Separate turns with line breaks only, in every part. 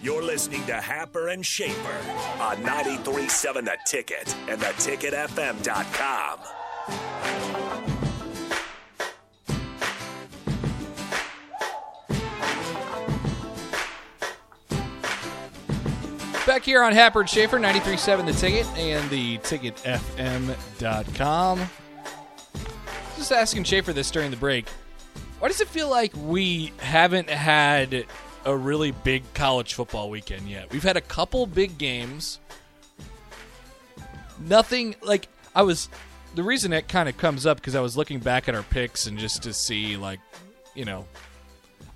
You're listening to Happer and Shaper on 93.7 The Ticket and theticketfm.com.
Back here on Happer and Schaefer, 93.7 The Ticket and the ticketfm.com. Just asking Schaefer this during the break. Why does it feel like we haven't had a really big college football weekend yet? We've had a couple big games. Nothing like I was the reason it kind of comes up because I was looking back at our picks and just to see like, you know,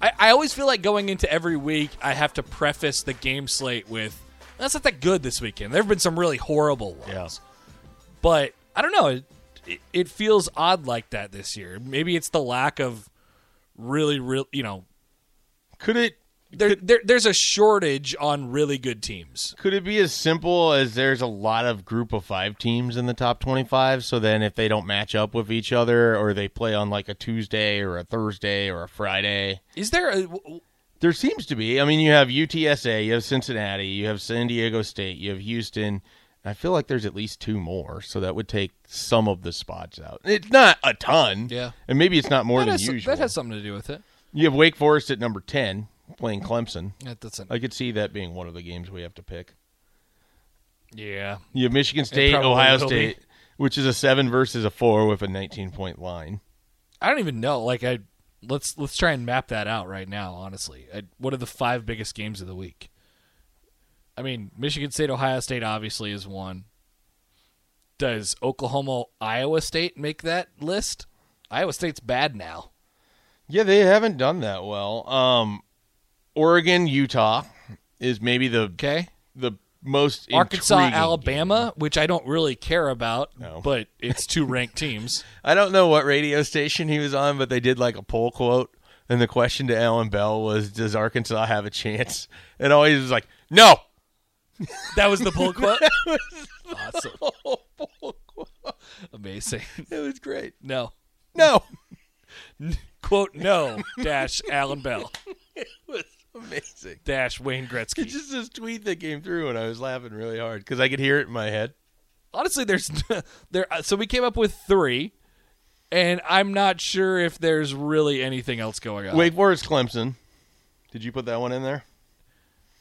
I, I always feel like going into every week, I have to preface the game slate with that's not that good this weekend. There have been some really horrible ones. But I don't know. It, it, it feels odd like that this year. Maybe it's the lack of really, real. you know,
Could it
there, there, there's a shortage on really good teams.
could it be as simple as there's a lot of group of five teams in the top 25 so then if they don't match up with each other or they play on like a tuesday or a thursday or a friday
Is there a.
there seems to be i mean you have utsa you have cincinnati you have san diego state you have houston i feel like there's at least two more so that would take some of the spots out it's not a ton
Yeah.
and maybe it's not more
That
than
has,
usual
that has something to do with it.
you have wake forest at number 10 playing clemson
That doesn't.
i could see that being one of the games we have to pick
yeah.
You have Michigan State,
probably
Ohio
will be.
State, which is a seven versus a four with a 19 point line.
I don't even know. Like, I. Let's let's try and map that out right now. Honestly, I, what are the five biggest games of the week? I mean, Michigan State, Ohio State, obviously is one. Does Oklahoma, Iowa State make that list? Iowa State's bad now.
Yeah, they haven't done that well. Um, Oregon, Utah is maybe the
Okay,
the most
Arkansas,
intriguing
Alabama, which I don't really care about,
No.
but it's two ranked teams.
game. I don't know what radio station he was on, but they did like a poll quote, and the question to Alan Bell was, "Does Arkansas have a chance?" And always was like, "No."
That was the poll quote. awesome. Amazing.
It was great.
No.
No.
Quote no dash Alan Bell
Amazing.
dash Wayne
It's
Gretzky.
just this tweet that came through, and I was laughing really hard because I could hear it in my head.
Honestly, there's there. uh, So we came up with three, and I'm not sure if there's really anything else going on.
Wake Forest, Clemson. Did you put that one in there?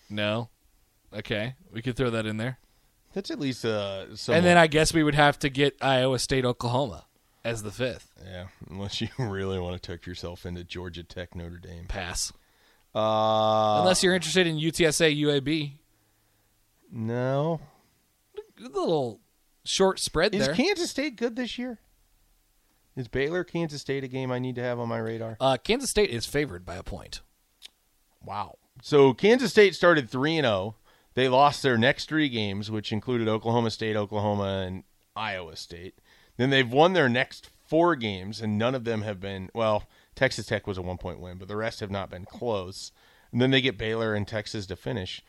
No. Okay, we could throw that in there,
That's at least uh. Somewhat.
and then I guess we would have to get Iowa State, Oklahoma as the fifth
yeah, unless you really want to tuck yourself into Georgia Tech, Notre Dame.
pass.
Uh,
Unless you're interested in UTSA, UAB,
no,
a little short spread
is
there.
Kansas State good this year? Is Baylor Kansas State a game I need to have on my radar?
Uh, Kansas State is favored by a point.
Wow. So Kansas State started three and zero. They lost their next three games, which included Oklahoma State, Oklahoma, and Iowa State. Then they've won their next four games, and none of them have been well. Texas Tech was a one point win, but the rest have not been close. And then they get Baylor and Texas to finish.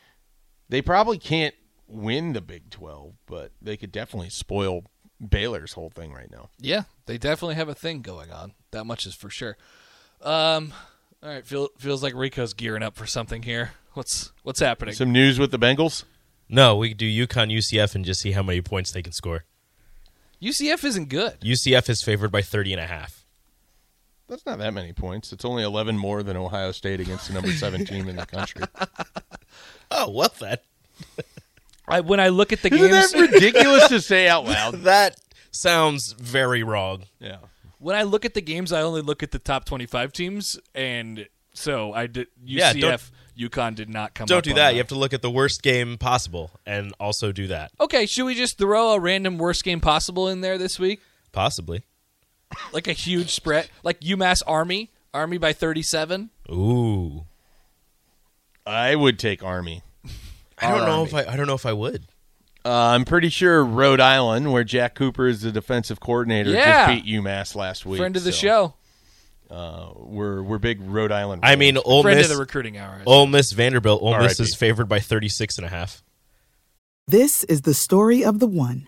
They probably can't win the Big Twelve, but they could definitely spoil Baylor's whole thing right now.
Yeah, they definitely have a thing going on. That much is for sure. Um, all right, feel, feels like Rico's gearing up for something here. What's what's happening?
Some news with the Bengals.
No, we could do UConn, UCF, and just see how many points they can score.
UCF isn't good.
UCF is favored by 30 and a half.
That's not that many points. It's only eleven more than Ohio State against the number seven team in the country.
Oh, well then.
I, when I look at the
Isn't
games,
that ridiculous to say out loud?
That sounds very wrong.
Yeah.
when I look at the games, I only look at the top twenty-five teams, and so I did
Yeah, don't-
UCF, UConn did not come.
Don't
up
do
on
that. You have to look at the worst game possible and also do that.
Okay, should we just throw a random worst game possible in there this week?
Possibly.
Like a huge spread, like UMass Army, Army by thirty-seven.
Ooh.
I would take Army.
I don't know if I. I don't know if I would.
Uh, I'm pretty sure Rhode Island, where Jack Cooper is the defensive coordinator,
Yeah.
just beat UMass last week.
Friend of the
so,
show.
uh, we're we're big Rhode Island.
I mean,
fans.
Ole
Friend
Miss.
of the recruiting hour.
Ole Miss Vanderbilt. Ole Miss
RIP.
is favored by 36 and a half.
This is the story of the one.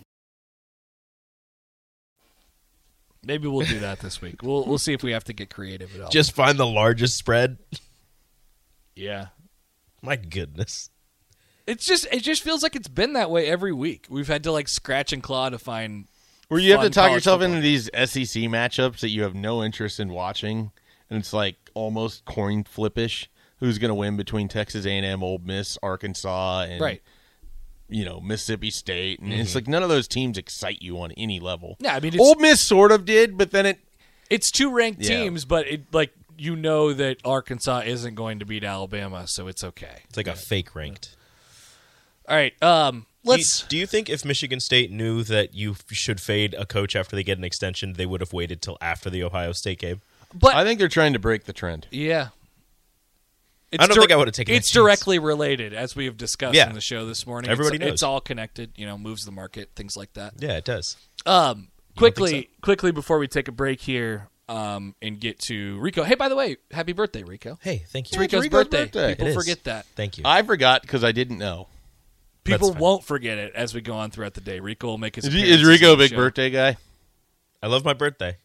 Maybe we'll do that this week. We'll we'll see if we have to get creative at all.
Just find the largest spread.
yeah.
My goodness.
It's just it just feels like it's been that way every week. We've had to like scratch and claw to find
where you have
fun
to talk
college
yourself
football.
into these SEC matchups that you have no interest in watching, and it's like almost coin flippish. Who's going to win between Texas A&M, Old Miss, Arkansas, and
right.
you know Mississippi State, and it's like none of those teams excite you on any level.
Yeah, I mean, it's-
Old Miss sort of did, but then it
It's two ranked
Yeah.
teams, but it like you know that Arkansas isn't going to beat Alabama, so it's okay.
It's like a fake ranked.
All right, um, let's.
Do you, do you think if Michigan State knew that you f- should fade a coach after they get an extension, they would have waited till after the Ohio State game?
but
I think they're trying to break the trend.
yeah,
I don't think I would have taken that
It's
chance.
directly related, as we have discussed
Yeah.
in the show this morning.
Everybody
it's,
knows.
it's all connected. You know, moves the market, things like that.
Yeah, it does.
Um, quickly, quickly before we take a break here, um, and get to Rico. Hey, by the way, happy birthday, Rico!
Hey, thank you.
Three-
Rico's,
Rico's
birthday.
birthday.
People
It is.
forget that.
Thank you.
I forgot because I didn't know.
People
fine.
won't forget it as we go on throughout the day. Rico will make his.
Is,
appearances
Rico
on
a
the
big
show.
birthday guy?
I love my birthday.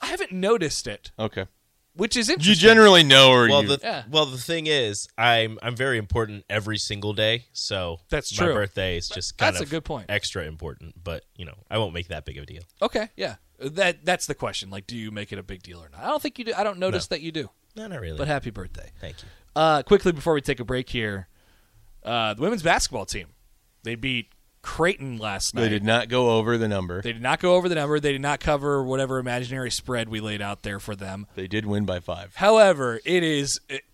I haven't noticed it,
Okay.
which is
You
interesting.
generally know, or
Well,
you,
the
Yeah.
well the thing is, I'm I'm very important every single day. So
That's
My
true.
birthday is just kind
That's
of
a good point.
Extra important, but you know, I won't make that big of a deal.
Okay, yeah. That that's the question. Like, do you make it a big deal or not? I don't think you do. I don't notice that you do.
No, not really.
But happy birthday.
thank you.
Uh, quickly before we take a break here, uh, the women's basketball team they beat Creighton last night.
they did not go over the number.
They did not go over the number. They did not cover whatever imaginary spread we laid out there for them.
They did win by five.
However, it is it,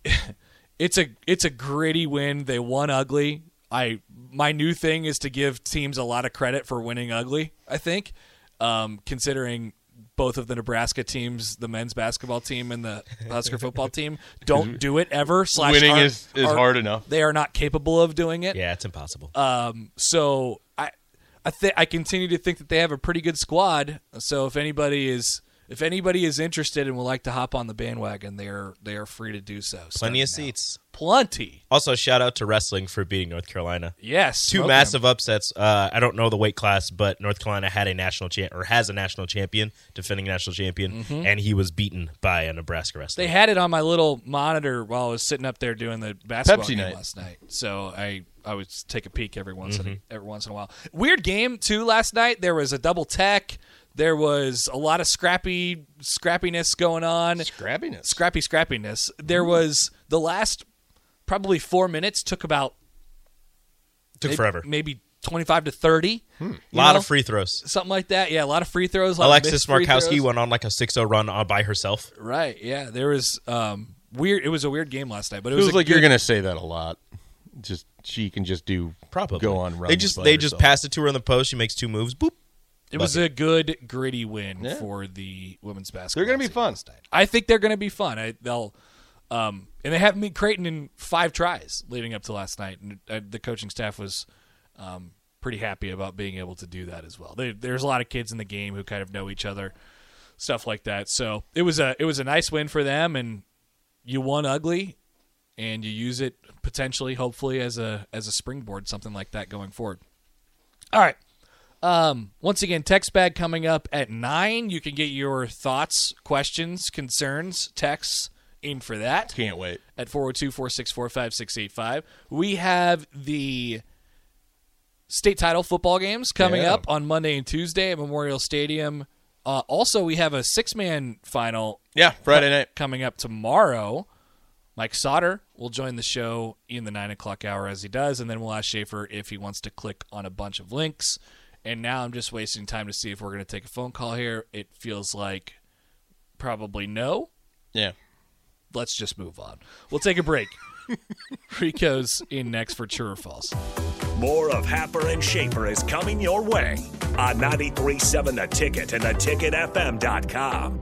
it's a it's a gritty win. They won ugly. I my new thing is to give teams a lot of credit for winning ugly. I think, um, considering both of the Nebraska teams, the men's basketball team and the Husker football team, don't do it ever. Slash
Winning
aren't-
is, is
aren't-
hard enough.
They are not capable of doing it.
Yeah, it's impossible.
Um, so I, I think I continue to think that they have a pretty good squad. So if anybody is if anybody is interested and would like to hop on the bandwagon, they are they are free to do so.
Plenty of
starting now.
seats.
Plenty.
Also, shout out to wrestling for beating North Carolina.
Yes.
Two
smoke 'em.
massive upsets. Uh, I don't know the weight class, but North Carolina had a national champ or has a national champion, defending national champion, and he was beaten by a Nebraska wrestler.
Mm-hmm. They had it on my little monitor while I was sitting up there doing the basketball
Pepsi
game
night.
last night. So I I would take a peek every once in
Mm-hmm.
a, every once in a while. Weird game too last night. There was a double tech. There was a lot of scrappy scrappiness going on.
Scrappiness.
scrappy scrappiness. There was the last probably four minutes took about
Took
maybe,
forever.
maybe twenty five to thirty,
Hmm.
A lot
know?
of free throws.
something like that. Yeah, a lot of free throws. a lot of
Alexis
missed free
Markowski
throws.
went on like a 6-0 run uh, by herself.
Right. Yeah, there was um, weird. It was a weird game last night, but it
Feels
was a
like you're
good-
going to say that a lot. Just she can just do
Probably
go on runs.
They just
by
they just
herself.
pass it to her in the post. She makes two moves. Boop.
It was a good gritty win
Yeah.
for the women's basketball.
gonna be
team
fun.
last night. I think they're going to be fun. I, they'll, um, and they haven't beat Creighton in five tries leading up to last night, and uh, the coaching staff was um, pretty happy about being able to do that as well. They, there's a lot of kids in the game who kind of know each other, stuff like that. So it was a it was a nice win for them, and you won ugly, and you use it potentially, hopefully, as a as a springboard, something like that going forward. All right. Um, once again, text bag coming up at nine. You can get your thoughts, questions, concerns, texts in for that
Can't wait.
at 402 464 5685. We have the state title football games coming
Yeah.
up on Monday and Tuesday at Memorial Stadium. Uh, also, we have a six man final
Yeah, Friday night.
coming up tomorrow Mike Sauter will join the show in the nine o'clock hour as he does, and then we'll ask Schaefer if he wants to click on a bunch of links. And now I'm just wasting time to see if we're going to take a phone call here. It feels like probably no.
Yeah.
Let's just move on. We'll take a break. Rico's in next for True or False.
More of Happer and Schaefer is coming your way on 937 The Ticket and theticketfm.com.